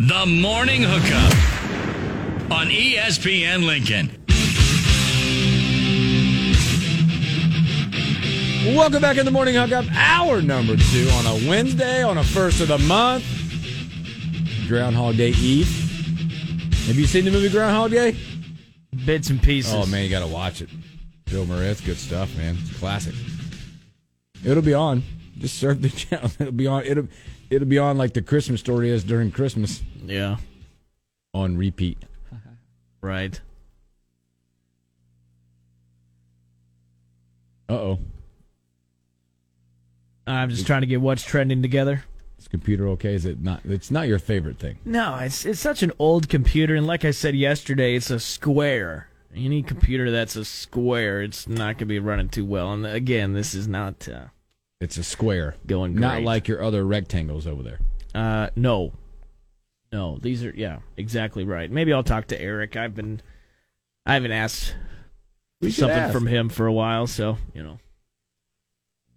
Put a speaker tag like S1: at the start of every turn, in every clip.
S1: The Morning Hookup on E ESPN Lincoln.
S2: Welcome back in the morning hookup. Hour number two on a Wednesday, on a first of the month. Groundhog Day Eve. Have you seen the movie Groundhog Day?
S3: Bits and pieces.
S2: Oh man, you got to watch it. Bill Murray, that's good stuff, man. It's a classic. It'll be on. Just surf the channel. It'll be on. It'll it'll be on like the Christmas story is during Christmas
S3: Yeah.
S2: on repeat.
S3: Right.
S2: Uh oh,
S3: I'm just trying to get what's trending together.
S2: this computer okay? Is it not? It's not your favorite thing.
S3: No, it's it's such an old computer, and like I said yesterday, it's a square. Any computer that's a square, it's not gonna be running too well. And again, this is not. Uh,
S2: It's a square.
S3: Going
S2: Not
S3: great.
S2: like your other rectangles over there.
S3: Uh, no. No, these are yeah, exactly right. Maybe I'll talk to Eric. I've been I haven't asked
S2: We should
S3: something
S2: ask.
S3: from him for a while, so, you know.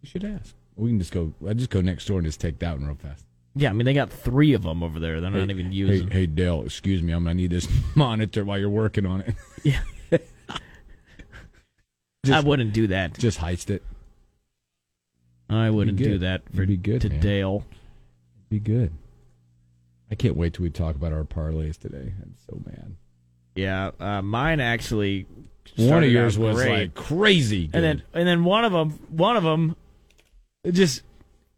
S2: You should ask. We can just go. I just go next door and just take that one real fast.
S3: Yeah, I mean they got 3 of them over there. They're not even
S2: Hey,
S3: using.
S2: hey, Dale. Excuse me. I'm gonna need this monitor while you're working on it.
S3: Yeah. I
S2: Just-
S3: wouldn't do that.
S2: Just heist it.
S3: I wouldn't do
S2: good.
S3: that
S2: You'd
S3: for
S2: be good,
S3: to
S2: man.
S3: Dale.
S2: Be good. I can't wait till we talk about our parlays today. I'm so mad.
S3: Yeah, uh, mine actually
S2: one
S3: started
S2: of
S3: out
S2: yours was
S3: great.
S2: like crazy. Good.
S3: and then and then one of them one of them just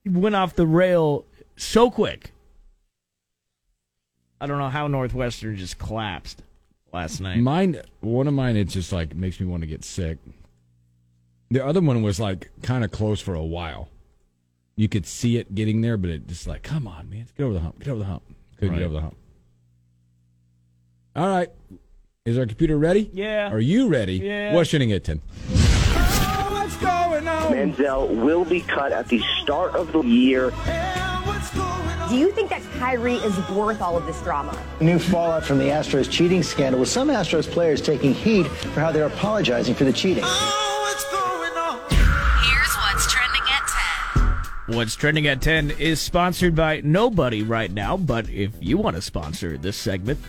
S3: went off the rail so quick i don't know how northwestern just collapsed last night
S2: mine, one of mine, it just like makes me want to get sick. The other one was like kind of close for a while. You could see it getting there, but it just like, come on, man, get over the hump, get over the hump. Couldn't
S3: Right.
S2: get over the hump. All right, is our computer ready?
S3: Yeah.
S2: Are you ready?
S3: Yeah.
S2: What's Shinington? What's going on?
S4: Manziel will be cut at the start of the year.
S5: Do you think that Kyrie is worth all of this drama?
S6: New fallout from the Astros cheating scandal with some Astros players taking heat for how they're apologizing for the cheating.
S7: Here's what's trending at 10.
S3: what's trending at 10 is sponsored by nobody right now but if you want to sponsor this segment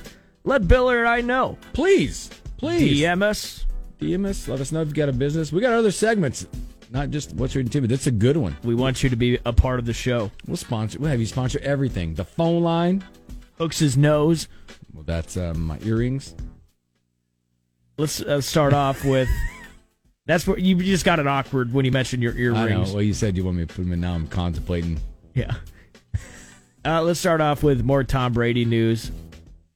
S3: let bill or i know
S2: Please, please.
S3: dm us
S2: DM us. Let us know if you've got a business. We got other segments, not just what's your TV. That's a good one.
S3: we want you to be a part of the show
S2: We'll sponsor. We'll have you sponsor everything. The phone line.
S3: hooks his nose
S2: Well, that's uh, my earrings.
S3: let's uh, start off with that's what you just got an awkward when you mentioned your
S2: I know.
S3: earrings
S2: Well, you said you want me to put them in. Now I'm contemplating.
S3: Yeah. Uh, let's start off with more Tom Brady news.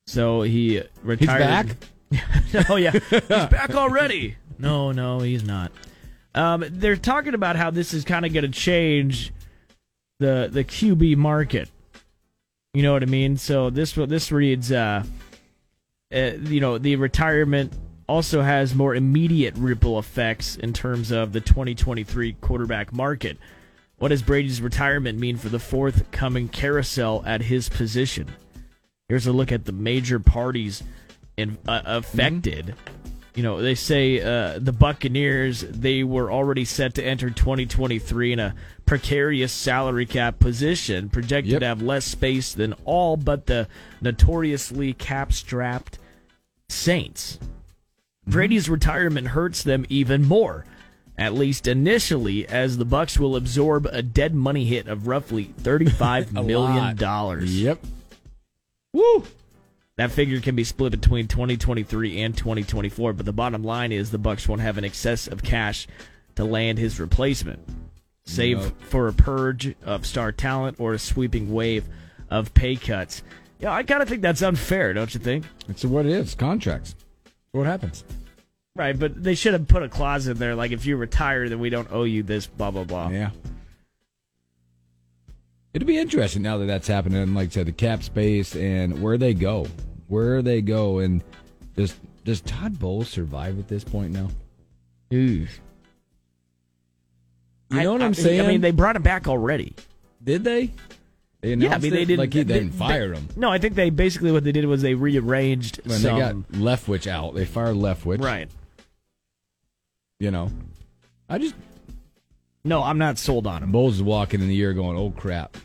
S3: So he retired.
S2: He's back.
S3: oh yeah, he's back already. No, no, he's not. Um, they're talking about how this is kind of going to change the the QB market. You know what I mean? So this this reads, uh, uh, you know, the retirement also has more immediate ripple effects in terms of the 2023 quarterback market. What does Brady's retirement mean for the forthcoming carousel at his position? Here's a look at the major parties in, uh, affected. You know, they say uh, the Buccaneers, they were already set to enter 2023 in a precarious salary cap position, projected
S2: Yep.
S3: to have less space than all but the notoriously cap strapped Saints. Brady's retirement hurts them even more, at least initially, as the Bucks will absorb a dead money hit of roughly thirty-five
S2: A
S3: million
S2: lot.
S3: dollars.
S2: Yep. Woo.
S3: That figure can be split between 2023 and 2024, but the bottom line is the Bucks won't have an excess of cash to land his replacement, save
S2: Nope.
S3: for a purge of star talent or a sweeping wave of pay cuts. Yeah, I kind of think that's unfair, don't you think?
S2: That's what it is. Contracts. What happens?
S3: Right, but they should have put a clause in there like if you retire, then we don't owe you this, blah blah blah.
S2: Yeah. It'll be interesting now that that's happening. And Like I said, the cap space and where they go, where they go, and does does Todd Bowles survive at this point now? You know what
S3: I,
S2: I'm saying?
S3: I mean, they brought him back already.
S2: did they? They announced
S3: Yeah, I mean, they
S2: it?
S3: didn't
S2: like he, they,
S3: they-
S2: didn't fire
S3: they-
S2: him.
S3: No, I think they basically what they did was they rearranged
S2: When
S3: some.
S2: they got Leftwich out, they fired Leftwich.
S3: right.
S2: You know, I just
S3: No, I'm not sold on him.
S2: Bowles is walking in the year going, "Oh crap,"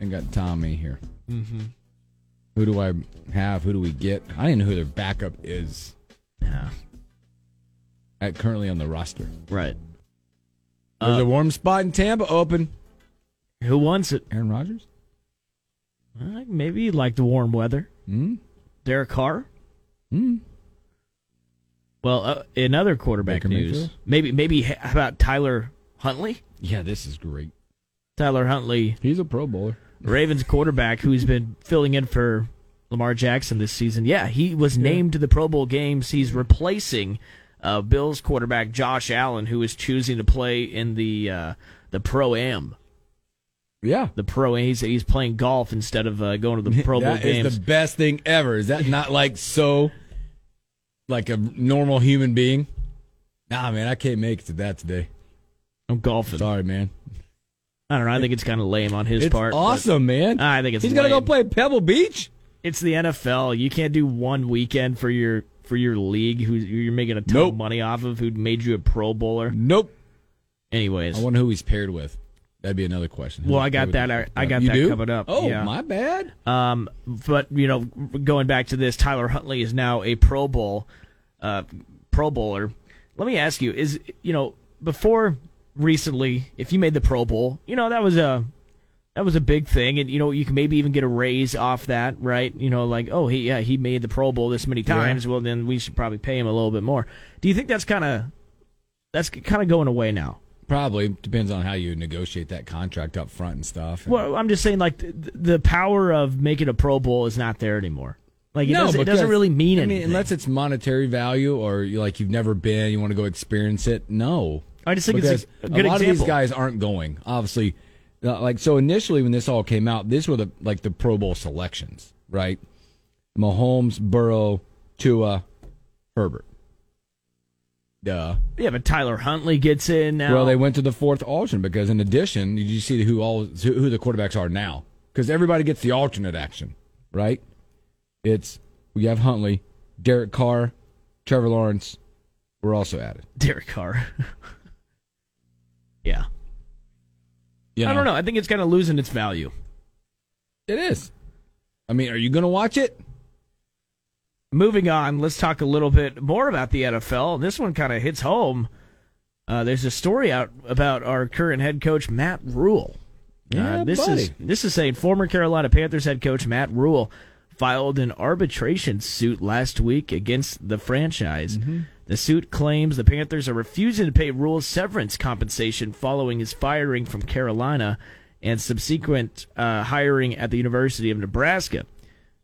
S2: and got Tommy here. Who do I have? Who do we get? I didn't know who their backup is
S3: Yeah.
S2: at currently on the roster.
S3: Right.
S2: There's a warm spot in Tampa open.
S3: Who wants it?
S2: Aaron Rodgers?
S3: Uh, maybe you like the warm weather.
S2: Hmm?
S3: Derek Carr.
S2: Hmm.
S3: Well, uh, in other quarterback
S2: Baker
S3: news,
S2: Mayfield?
S3: maybe maybe how about Tyler Huntley?
S2: Yeah, this is great.
S3: Tyler Huntley,
S2: He's a Pro Bowler.
S3: Ravens quarterback, who's been filling in for Lamar Jackson this season. Yeah, he was named to the Pro Bowl games. He's replacing uh, Bills quarterback Josh Allen, who is choosing to play in the uh, the Pro Am.
S2: Yeah.
S3: The Pro Am. He's, he's playing golf instead of uh, going to the Pro Bowl
S2: That is
S3: games.
S2: the best thing ever. Is that not like so like a normal human being? Nah, man, I can't make it to that today.
S3: I'm golfing.
S2: Sorry, man.
S3: I don't know. I think it's kind of lame on his
S2: It's
S3: part. but
S2: awesome, man.
S3: I think it's
S2: He's gonna go
S3: lame.
S2: play Pebble Beach.
S3: It's the NFL. You can't do one weekend for your for your league who you're making a ton
S2: Nope.
S3: of money off of who made you a Pro Bowler.
S2: Nope.
S3: Anyways,
S2: I wonder who he's paired with. That'd be another question. Who
S3: Well,
S2: he
S3: I got
S2: paired
S3: that-
S2: with.
S3: I- I got
S2: you
S3: that
S2: do?
S3: covered up,
S2: Oh,
S3: yeah.
S2: my bad.
S3: Um, but you know, going back to this, Tyler Huntley is now a Pro Bowl, uh, Pro Bowler. Let me ask you: Is you know before recently, if you made the Pro Bowl, you know that was a that was a big thing, and you know you can maybe even get a raise off that, right? You know, like oh he yeah he made the Pro Bowl this many times. Well, then we should probably pay him a little bit more. Do you think that's kind of that's kind of going away now?
S2: Probably depends on how you negotiate that contract up front and stuff.
S3: Well, I'm just saying, like th- the power of making a Pro Bowl is not there anymore. Like it,
S2: no,
S3: doesn't, it
S2: because-
S3: doesn't really mean
S2: I mean,
S3: anything.
S2: unless it's monetary value or you like you've never been, you want to go experience it. No,
S3: I just think it's
S2: because
S3: a good
S2: lot of
S3: example.
S2: these guys aren't going. Obviously, Uh, like so initially when this all came out, this were the like the Pro Bowl selections, right? Mahomes, Burrow, Tua, Herbert. Duh.
S3: yeah, but Tyler Huntley gets in now.
S2: Well, they went to the fourth alternate because, in addition, did you see who all who who the quarterbacks are now? Because everybody gets the alternate action, right? It's we have Huntley, Derek Carr, Trevor Lawrence. We're also added.
S3: Derek Carr. yeah,
S2: You
S3: I don't know. I think it's kind of losing its value.
S2: It is. I mean, are you going to watch it?
S3: Moving on, let's talk a little bit more about the NFL. This one kind of hits home. Uh, there's a story out about our current head coach Matt Rule.
S2: Yeah,
S3: uh, this is
S2: buddy.
S3: this is saying former Carolina Panthers head coach Matt Rule filed an arbitration suit last week against the franchise.
S2: Mm-hmm.
S3: The suit claims the Panthers are refusing to pay Rule severance compensation following his firing from Carolina and subsequent uh, hiring at the University of Nebraska.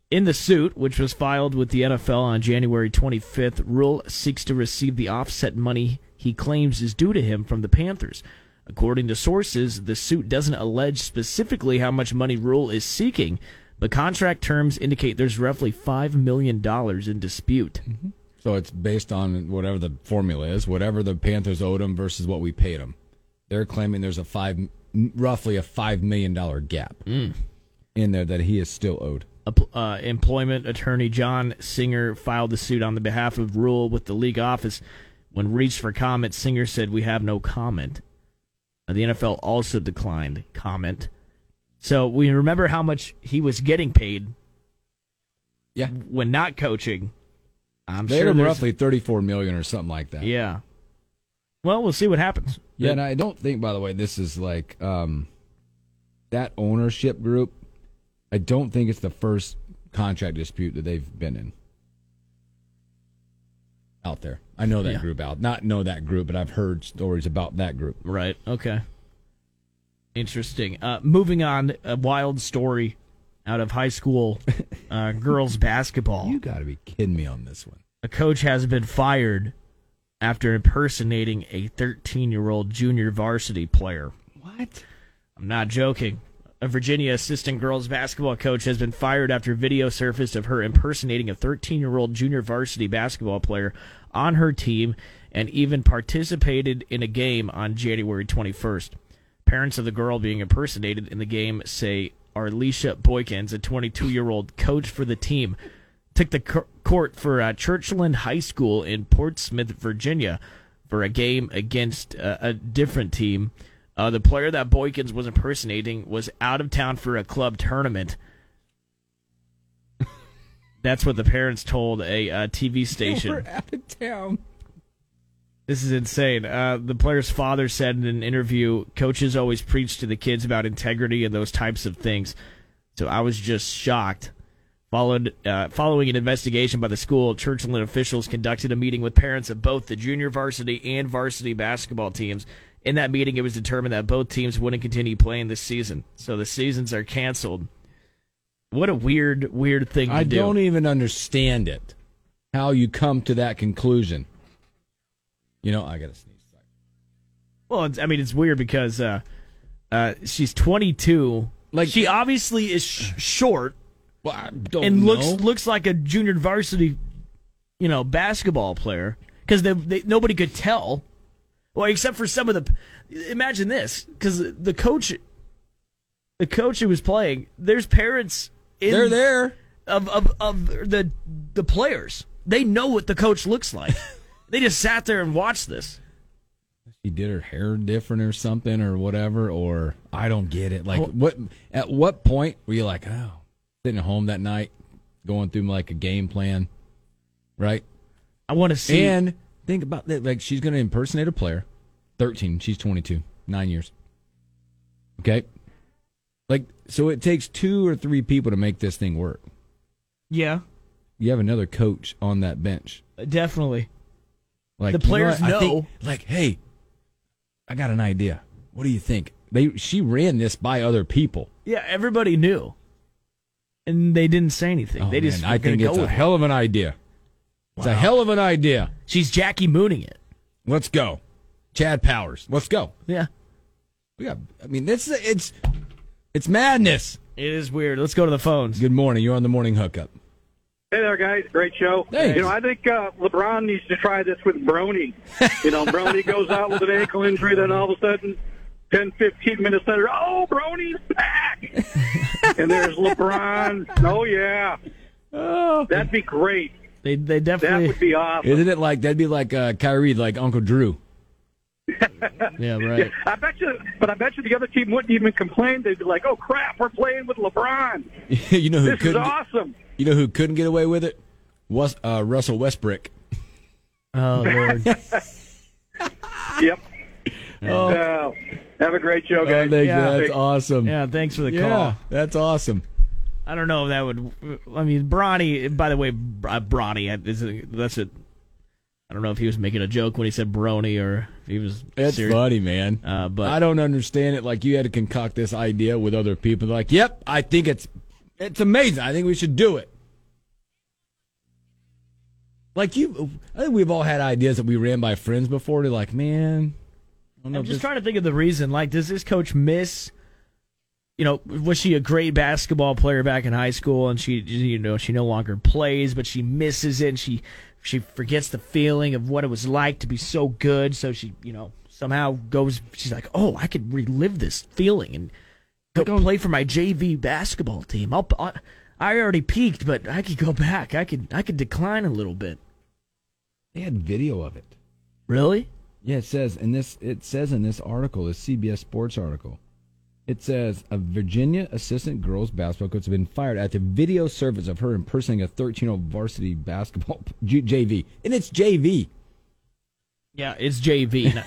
S3: In the suit, which was filed with the NFL on January 25th, Rule seeks to receive the offset money he claims is due to him from the Panthers. According to sources, the suit doesn't allege specifically how much money Rule is seeking, but contract terms indicate there's roughly $5 million in dispute.
S2: So it's based on whatever the formula is, whatever the Panthers owed him versus what we paid him. They're claiming there's a five, roughly a five million dollar gap
S3: Mm.
S2: in there that he is still owed.
S3: Ap- uh, employment attorney John Singer filed the suit on the behalf of Rule with the league office. When reached for comment, Singer said, "We have no comment." Uh, The NFL also declined comment. So we remember how much he was getting paid
S2: Yeah.
S3: when not coaching. I'm
S2: They
S3: sure
S2: had him
S3: there's-
S2: roughly thirty-four million or something like that.
S3: Yeah. Well, we'll see what happens.
S2: Yeah, and I don't think, by the way, this is like um, that ownership group. I don't think it's the first contract dispute that they've been in out there. I know that
S3: Yeah.
S2: group out, not know that group, but I've heard stories about that group.
S3: Right. Okay. Interesting. Uh, moving on, a wild story out of high school uh, girls basketball.
S2: You got to be kidding me on this one.
S3: a coach has been fired after impersonating a 13 year old junior varsity player.
S2: What?
S3: I'm not joking. A Virginia assistant girls basketball coach has been fired after video surfaced of her impersonating a 13 year old junior varsity basketball player on her team and even participated in a game on January 21st. Parents of the girl being impersonated in the game say Arlisha Boykins, a 22 year old coach for the team, took the cur- court for uh, Churchland High School in Portsmouth, Virginia, for a game against uh, a different team. Uh, the player that Boykins was impersonating was out of town for a club tournament. That's what the parents told a uh, TV station.
S2: We're out of town.
S3: This is insane. Uh, the player's father said in an interview, "Coaches always preach to the kids about integrity and those types of things." So I was just shocked. Followed, uh, following an investigation by the school, Churchland officials conducted a meeting with parents of both the junior varsity and varsity basketball teams. In that meeting, it was determined that both teams wouldn't continue playing this season, so the seasons are canceled. What a weird, weird thing to
S2: I
S3: do.
S2: don't even understand it. How you come to that conclusion? You know, I gotta sneeze.
S3: Well, it's, I mean, it's weird because uh, uh, she's 22. Like
S2: Like- Oh,
S3: she obviously is sh- short
S2: Well, I don't
S3: and looks
S2: know.
S3: looks like a junior varsity, you know, basketball player because they, they nobody could tell. Well, except for some of the. Imagine this because the coach, the coach who was playing, there's parents. In,
S2: They're there.
S3: of of of the the players. They know what the coach looks like. they just sat there and watched this.
S2: She did her hair different or something or whatever, or I don't get it. Like, what? At what point were you like, oh, sitting at home that night, going through like a game plan, right?
S3: I want to see.
S2: And think about that. Like, she's going to impersonate a player. 13. She's 22. Nine years. Okay. Like, so it takes two or three people to make this thing work.
S3: yeah,
S2: You have another coach on that bench.
S3: definitely.
S2: Like
S3: The
S2: you
S3: players
S2: what? I think-
S3: know.
S2: like, hey, I got an idea. What do you think? They she ran this by other people.
S3: Yeah, everybody knew, and they didn't say anything.
S2: Oh,
S3: they just
S2: man, I
S3: were gonna
S2: think it's
S3: go
S2: a
S3: with it.
S2: hell of an idea. It's a hell of an idea.
S3: She's Jackie mooning it.
S2: Let's go, Chad Powers. Let's go.
S3: Yeah,
S2: We got. I mean, this is- it's it's madness.
S3: it is weird. Let's go to the phones.
S2: Good morning. You're on the morning hookup.
S8: Hey there, guys. Great show.
S2: Thanks.
S8: You know, I think uh, LeBron needs to try this with Brony. You know, Brony goes out with an ankle injury, then all of a sudden, 10, 15 minutes later, oh, Brony's back. and there's LeBron. Oh, yeah. That'd be great.
S3: Oh. They they
S8: That
S3: definitely.
S8: would be awesome.
S2: Isn't it like that'd be like uh, Kyrie, like Uncle Drew?
S3: yeah, right.
S8: I bet you, but I bet you the other team wouldn't even complain. They'd be like, "Oh crap, we're playing with LeBron.
S2: you know who
S8: This is
S2: couldn't?
S8: awesome."
S2: You know who couldn't get away with it? Was uh, Russell Westbrook?
S3: Oh lord.
S8: Yep.
S2: Oh.
S8: Uh, have a great show, guys.
S2: thank you.
S3: Yeah.
S2: Oh, That's awesome.
S3: yeah, thanks for the
S2: Yeah,
S3: call.
S2: that's awesome.
S3: I don't know if that would. I mean, Bronny. By the way, Br- uh, Bronny. I- is it- That's it. I don't know if he was making a joke when he said Brony or if he was
S2: It's
S3: serious.
S2: funny, man.
S3: Uh, but-
S2: I don't understand it. Like you had to concoct this idea with other people. Like, yep, I think it's it's amazing. I think we should do it. Like you, I think we've all had ideas that we ran by friends before. They're like, man, I don't know
S3: I'm
S2: if
S3: just
S2: this-
S3: trying to think of the reason. Like, does this coach miss? You know, was she a great basketball player back in high school, and she, you know, she no longer plays, but she misses it, and she, she forgets the feeling of what it was like to be so good. So she, you know, somehow goes. She's like, oh, I could relive this feeling and go play for my JV basketball team. I'll, I, I already peaked, but I could go back. I could, I could decline a little bit.
S2: They had video of it.
S3: Really?
S2: Yeah, it says in this it says in this article, this CBS Sports article. It says a Virginia assistant girls basketball coach has been fired after video service of her impersonating a 13-year-old varsity basketball J- JV, and it's JV.
S3: Yeah, it's JV. not-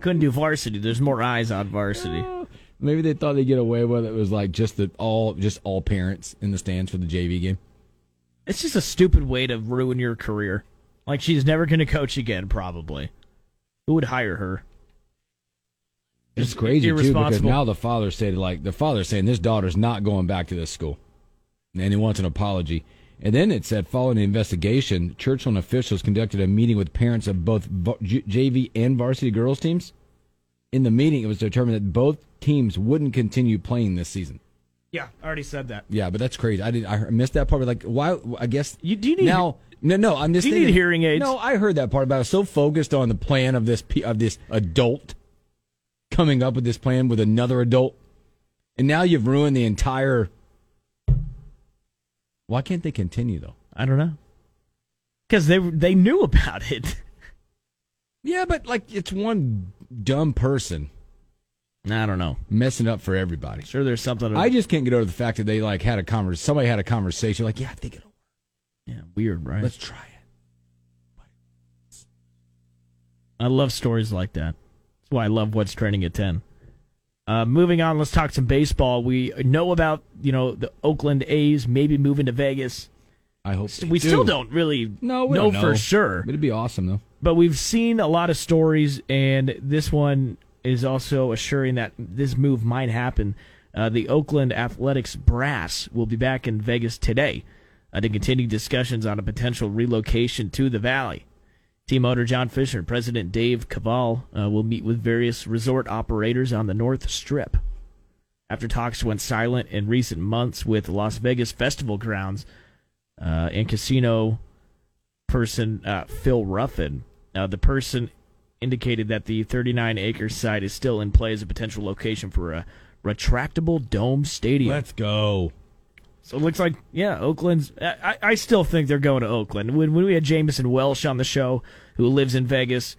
S3: Couldn't do varsity. There's more eyes on varsity.
S2: Maybe they thought they'd get away with it. was like just the all just all parents in the stands for the JV game.
S3: It's just a stupid way to ruin your career. Like she's never going to coach again, probably. Who would hire her?
S2: It's
S3: Just
S2: crazy too because
S3: irresponsible.
S2: now the father said like the father's saying this daughter's not going back to this school, and he wants an apology. And then it said following the investigation, Churchill and officials conducted a meeting with parents of both va- J- JV and varsity girls teams. In the meeting, it was determined that both teams wouldn't continue playing this season.
S3: Yeah, I already said that.
S2: Yeah, but that's crazy. I did. I missed that part. But like, why? I guess
S3: You- do you need-
S2: now? No, no. I'm just.
S3: Do you need
S2: thinking,
S3: hearing aids?
S2: No, I heard that part. But I was so focused on the plan of this pe- of this adult coming up with this plan with another adult, and now you've ruined the entire. Why can't they continue though?
S3: I don't know. Because they they knew about it.
S2: Yeah, but like it's one dumb person
S3: I don't know.
S2: messing up for everybody.
S3: Sure, there's something
S2: I just can't get over the fact that they like had a convers. Somebody had a conversation like, yeah, I think it'll.
S3: yeah, weird, right?
S2: Let's try it.
S3: I love stories like that. That's why I love what's trending at ten. Uh, moving on, let's talk some baseball. We know about you know the Oakland A's maybe moving to Vegas.
S2: I hope they
S3: We still
S2: do.
S3: don't really
S2: No, we
S3: know
S2: don't
S3: for
S2: know.
S3: sure,
S2: It'd be awesome though.
S3: but we've seen a lot of stories, and this one is also assuring that this move might happen. Uh, the Oakland Athletics brass will be back in Vegas today uh, to continue discussions on a potential relocation to the Valley. Team owner John Fisher and President Dave Caval uh, will meet with various resort operators on the North Strip. After talks went silent in recent months with Las Vegas festival grounds uh, and casino person uh, Phil Ruffin. Uh, the person indicated that the 39 acre site is still in play as a potential location for a retractable dome stadium.
S2: Let's go.
S3: so it looks like, yeah, Oakland's. I, I I still think they're going to Oakland. When, when we had Jameson Welsh on the show, who lives in Vegas,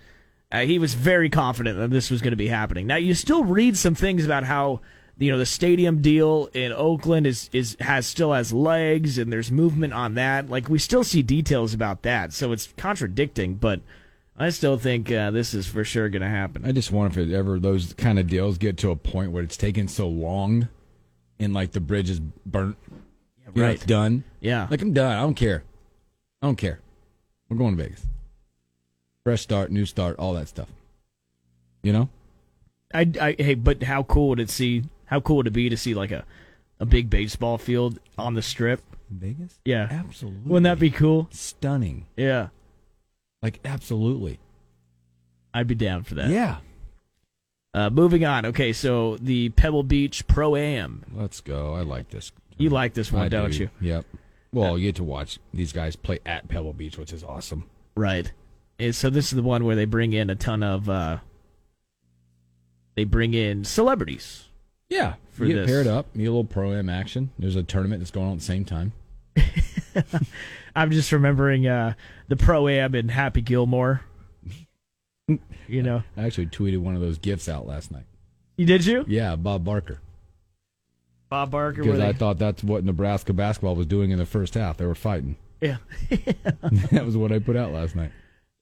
S3: uh, he was very confident that this was going to be happening. Now, you still read some things about how. You know the stadium deal in Oakland is is has still has legs and there's movement on that. Like we still see details about that, so it's contradicting. But I still think uh, this is for sure going to happen.
S2: I just wonder if it ever those kind of deals get to a point where it's taking so long, and like the bridge is burnt. You know,
S3: right.
S2: it's done.
S3: Yeah.
S2: Like I'm done. I don't care. I don't care. We're going to Vegas. Fresh start, new start, all that stuff. You know.
S3: I, I hey, but how cool would it see? How cool would it be to see like a, a big baseball field on the strip?
S2: Vegas?
S3: Yeah.
S2: Absolutely.
S3: Wouldn't that be cool?
S2: stunning?
S3: Yeah,
S2: Like absolutely.
S3: I'd be down for that.
S2: yeah.
S3: Uh, moving on. Okay, so the Pebble Beach Pro Am.
S2: Let's go. I like this.
S3: You like this one,
S2: I
S3: don't
S2: do.
S3: you?
S2: Yep. Well, you get to watch these guys play at Pebble Beach, which is awesome.
S3: Right. And so this is the one where they bring in a ton of. Uh, they bring in celebrities.
S2: Yeah.
S3: For
S2: you get
S3: this.
S2: paired up, you get a little pro am action. There's a tournament that's going on at the same time.
S3: I'm just remembering uh, the Pro Am and Happy Gilmore. you know,
S2: I actually tweeted one of those gifts out last night.
S3: you did you?
S2: Yeah, Bob Barker.
S3: Bob Barker. were
S2: Because
S3: they-
S2: I thought that's what Nebraska basketball was doing in the first half. They were fighting.
S3: yeah.
S2: that was what I put out last night.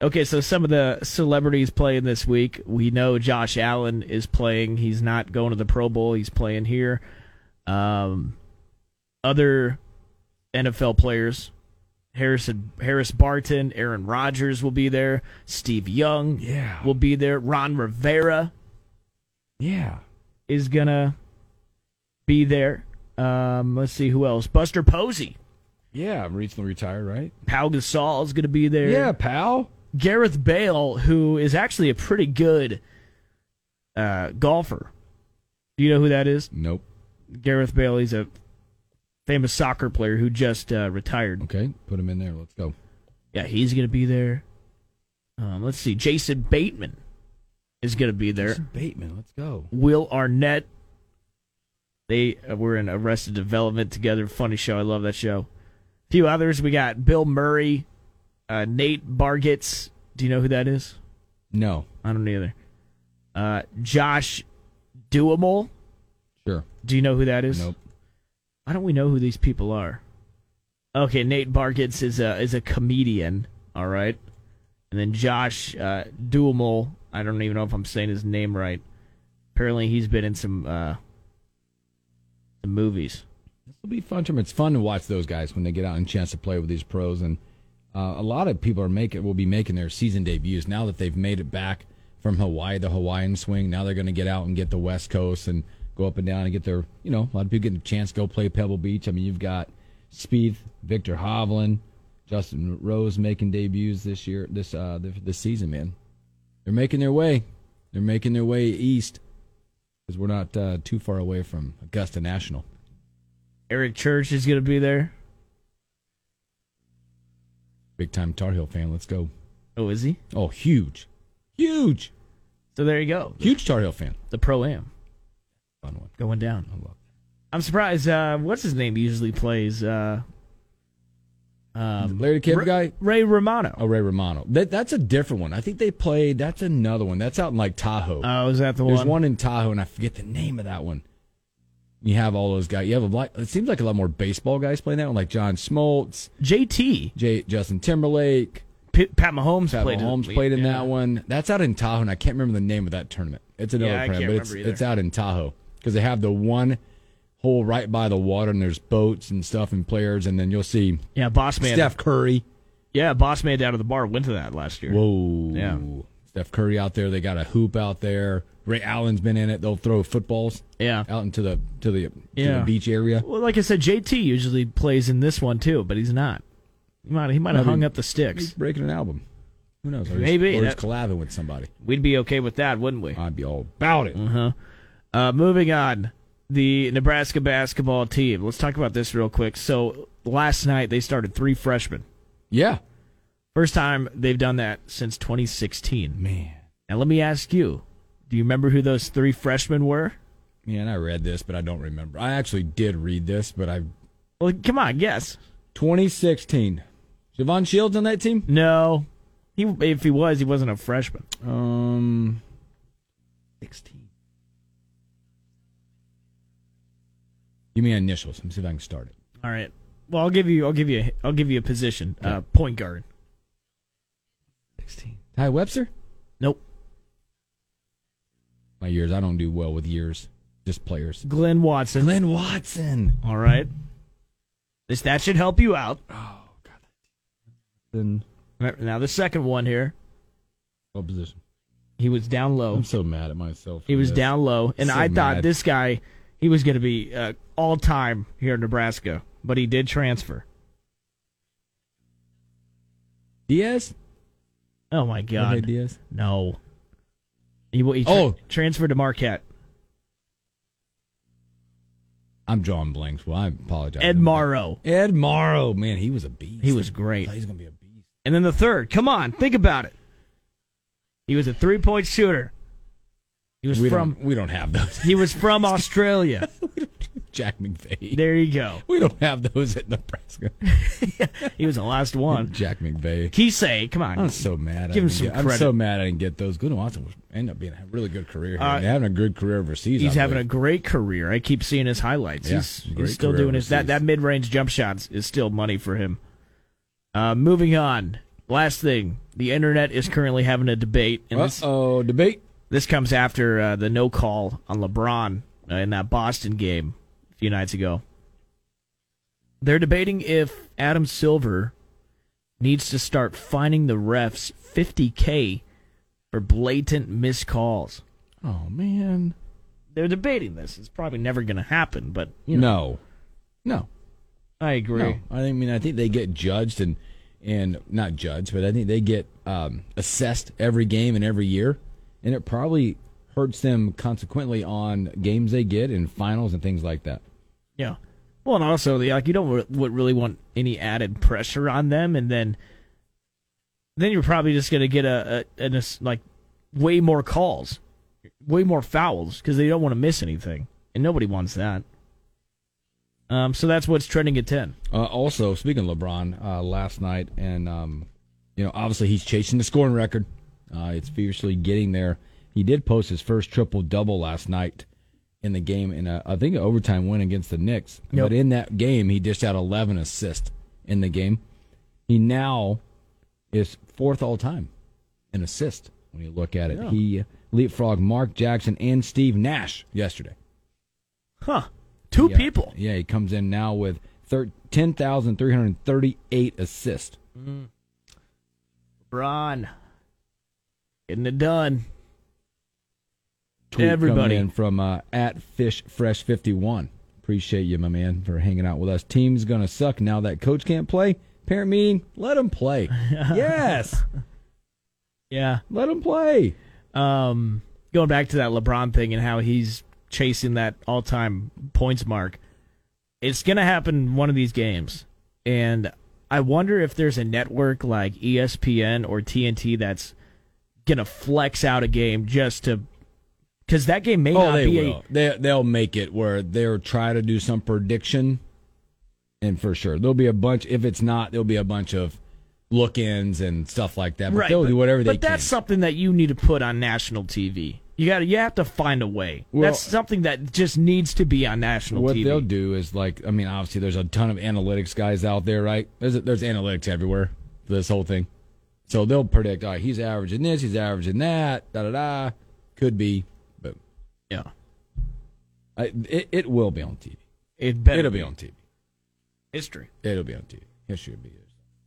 S3: Okay, so some of the celebrities playing this week. We know Josh Allen is playing. He's not going to the Pro Bowl. He's playing here. Um, other NFL players, Harrison Harris Barton, Aaron Rodgers will be there. Steve Young
S2: Yeah.
S3: will be there. Ron Rivera
S2: Yeah.
S3: is gonna be there. Um, let's see who else. Buster Posey,
S2: Yeah, I'm recently retired, right?
S3: Pau Gasol is gonna be there.
S2: Yeah, pal.
S3: Gareth Bale, who is actually a pretty good uh, golfer. Do you know who that is?
S2: Nope.
S3: Gareth Bale. He's a famous soccer player who just uh, retired.
S2: Okay, put him in there. Let's go.
S3: Yeah, he's going to be there. Um, let's see. Jason Bateman is going to be there.
S2: Bateman, let's go.
S3: Will Arnett. They uh, were in Arrested Development together. Funny show. I love that show. A few others. We got Bill Murray, uh, Nate Bargatze. Do you know who that is?
S2: No,
S3: I don't either. Uh, Josh Duhamel.
S2: sure.
S3: Do you know who that is?
S2: Nope.
S3: Why don't we know who these people are? Okay, Nate Bargatze is a is a comedian. All right, and then Josh uh, Duhamel. I don't even know if I'm saying his name right. Apparently, he's been in some uh, some movies.
S2: It'll be fun. to It's fun to watch those guys when they get out and chance to play with these pros. And uh, a lot of people are making will be making their season debuts now that they've made it back from Hawaii, the Hawaiian swing. Now they're going to get out and get the West Coast and go up and down and get their. You know, a lot of people getting a chance to go play Pebble Beach. I mean, you've got Spieth, Victor Hovland, Justin Rose making debuts this year, this uh, this, this season. Man, they're making their way. They're making their way east because we're not uh, too far away from Augusta National.
S3: Eric Church is gonna be there.
S2: Big time Tar Heel fan. Let's go.
S3: Oh, is he?
S2: Oh, huge, huge,
S3: So there you go.
S2: huge Tar Heel fan.
S3: The pro am
S2: Fun one.
S3: going down.
S2: I love.
S3: I'm surprised. Uh, what's his name usually plays uh, Um,
S2: Larry the Cable
S3: Ra-
S2: guy?
S3: Ray Romano.
S2: Oh, Ray Romano. That, that's a different one. I think they played. That's another one. That's out in like Tahoe.
S3: Oh, is that the
S2: There's
S3: one?
S2: one in Tahoe, and I forget the name of that one. You have all those guys. You have a lot. It seems like a lot more baseball guys playing that one, like John Smoltz,
S3: JT.
S2: J, Justin Timberlake,
S3: P- Pat Mahomes
S2: Pat
S3: played. in-
S2: Mahomes played in
S3: yeah.
S2: that one. That's out in Tahoe, and I can't remember the name of that tournament. It's another
S3: Yeah, I
S2: tournament,
S3: can't
S2: but it's,
S3: remember either.
S2: it's out in Tahoe because they have the one hole right by the water, and there's boats and stuff and players, and then you'll see
S3: Yeah, Boss Man.
S2: Steph Curry.
S3: Yeah, Boss Man down at the bar went to that last year.
S2: Whoa.
S3: Yeah.
S2: Steph Curry out there. They got a hoop out there. Ray Allen's been in it. They'll throw footballs.
S3: Yeah.
S2: Out into the to the, to
S3: Yeah.
S2: the beach area.
S3: Well, like I said, JT usually plays in this one too, but he's not. He might he might have
S2: Maybe-
S3: hung up the
S2: He's
S3: sticks.
S2: breaking an album. Who knows? Or he's-
S3: Maybe.
S2: Or he's
S3: That-
S2: collabing with somebody.
S3: We'd be okay with that, wouldn't we?
S2: I'd be all about it.
S3: Uh-huh. Uh, moving on, the Nebraska basketball team. Let's talk about this real quick. So last night they started three freshmen.
S2: Yeah.
S3: First time they've done that since 2016.
S2: Man.
S3: Now let me ask you, do you remember who those three freshmen were?
S2: Man, I read this, but I don't remember. I actually did read this, but I.
S3: Well, come on, guess.
S2: 2016. Javon Shields on that team?
S3: No, he if he was, he wasn't a freshman.
S2: Um. 16. Give me initials. Let me see if I can start it.
S3: All right. Well, I'll give you. I'll give you. a- I'll give you a position. Uh, point guard.
S2: 16. Ty Webster?
S3: Nope.
S2: My years. I don't do well with years. Just players.
S3: Glenn Watson.
S2: Glenn Watson.
S3: All right. This that should help you out.
S2: In
S3: Right, Now the second one here.
S2: what position?
S3: He was down low.
S2: I'm so mad at myself.
S3: Oh. He
S2: for
S3: was
S2: this.
S3: down low, and
S2: So
S3: I thought
S2: mad.
S3: this guy he was going to be uh, all time here in Nebraska, but he did transfer.
S2: Diaz?
S3: Oh my
S2: Jorge
S3: god.
S2: Diaz?
S3: No. He, he tra-
S2: Oh.
S3: transferred to Marquette.
S2: I'm drawing blanks. Well, I apologize.
S3: Ed Morrow.
S2: Ed Morrow. Man, he was a beast.
S3: He was great.
S2: He's going to be a beast.
S3: And then the third. Come on, think about it. He was a three-point shooter. He was
S2: We,
S3: from
S2: don't, we don't have those.
S3: he was from Australia.
S2: Jack McVeigh.
S3: There you go.
S2: we don't have those at Nebraska.
S3: He was the last one.
S2: Jack McVeigh.
S3: Kisei, come on.
S2: I'm so mad. I
S3: Give him
S2: didn't
S3: some
S2: get- I'm
S3: credit.
S2: so mad I didn't get those. Glenn Watson was end up being a really good career. Here.
S3: Uh,
S2: And having a good career overseas.
S3: He's
S2: I
S3: having a
S2: believe.
S3: great career. I keep seeing his highlights.
S2: Yeah,
S3: he's
S2: great
S3: he's still
S2: career
S3: doing his that
S2: overseas.
S3: that mid range jump shots is still money for him. Uh, moving on. Last thing, the internet is currently having a debate, and this,
S2: Uh-oh, debate.
S3: this comes after uh, the no call on LeBron uh, in that Boston game a few nights ago. They're debating if Adam Silver needs to start fining the refs 50k for blatant missed calls.
S2: Oh, man.
S3: They're debating this. It's probably never going to happen, but you know.
S2: No. No.
S3: I agree.
S2: No, I think- I mean I think they get judged and and not judged, but I think they get um, assessed every game and every year, and it probably hurts them consequently on games they get and finals and things like that.
S3: Yeah. Well, and also the- like you don't re- would really want any added pressure on them, and then then you're probably just going to get a, a an ass- like way more calls, way more fouls because they don't want to miss anything, and nobody wants that. Um, so that's what's trending at ten.
S2: Uh, also, speaking of LeBron, uh, last night, and um, you know, obviously he's chasing the scoring record. Uh, it's fiercely getting there. He did post his first triple double last night in the game in a, I think an overtime win against the Knicks.
S3: Yep.
S2: But in that game, he dished out 11 assists in the game. He now is fourth all time in assists when you look at it. He leapfrogged Mark Jackson and Steve Nash yesterday.
S3: Huh? Two
S2: Yeah.
S3: people.
S2: Yeah, he comes in now with thir- 10,338 assists.
S3: Ron getting it done.
S2: Tweet coming
S3: Everybody.
S2: in from uh, at Fish Fresh 51. Appreciate you, my man, for hanging out with us. Team's going to suck now that coach can't play. Parent meeting, let him play. yes,
S3: Yeah.
S2: let him play.
S3: um, going back to that LeBron thing and how he's chasing that all time points mark, it's going to happen one of these games. And I wonder if there's a network like E ESPN or TNT that's going to flex out a game just to. Because that game may
S2: Oh,
S3: not
S2: they
S3: be a-
S2: will. They, they'll make it where they'll try to do some prediction and for sure there'll be a bunch. If it's not, there'll be a bunch of look-ins and stuff like that. But
S3: right.
S2: they'll
S3: but,
S2: do whatever they
S3: but that's
S2: can.
S3: something that you need to put on national TV. You got to you have to find a way.
S2: Well-
S3: that's something that just needs to be on national
S2: what
S3: TV.
S2: they'll do is like, I mean, obviously there's a ton of analytics guys out there, right? There's there's analytics everywhere for this whole thing. So they'll predict, all right, he's averaging this, he's averaging that, da da da. Could be, but
S3: yeah.
S2: I, it it will be on TV.
S3: It better
S2: It'll be on TV.
S3: history.
S2: It'll be on TV. History will be there.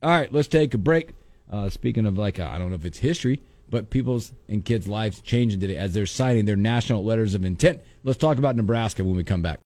S2: All right, let's take a break. Uh, speaking of like, uh, I don't know if it's history, but people's and kids' lives changing today as they're signing their national letters of intent. Let's talk about Nebraska when we come back.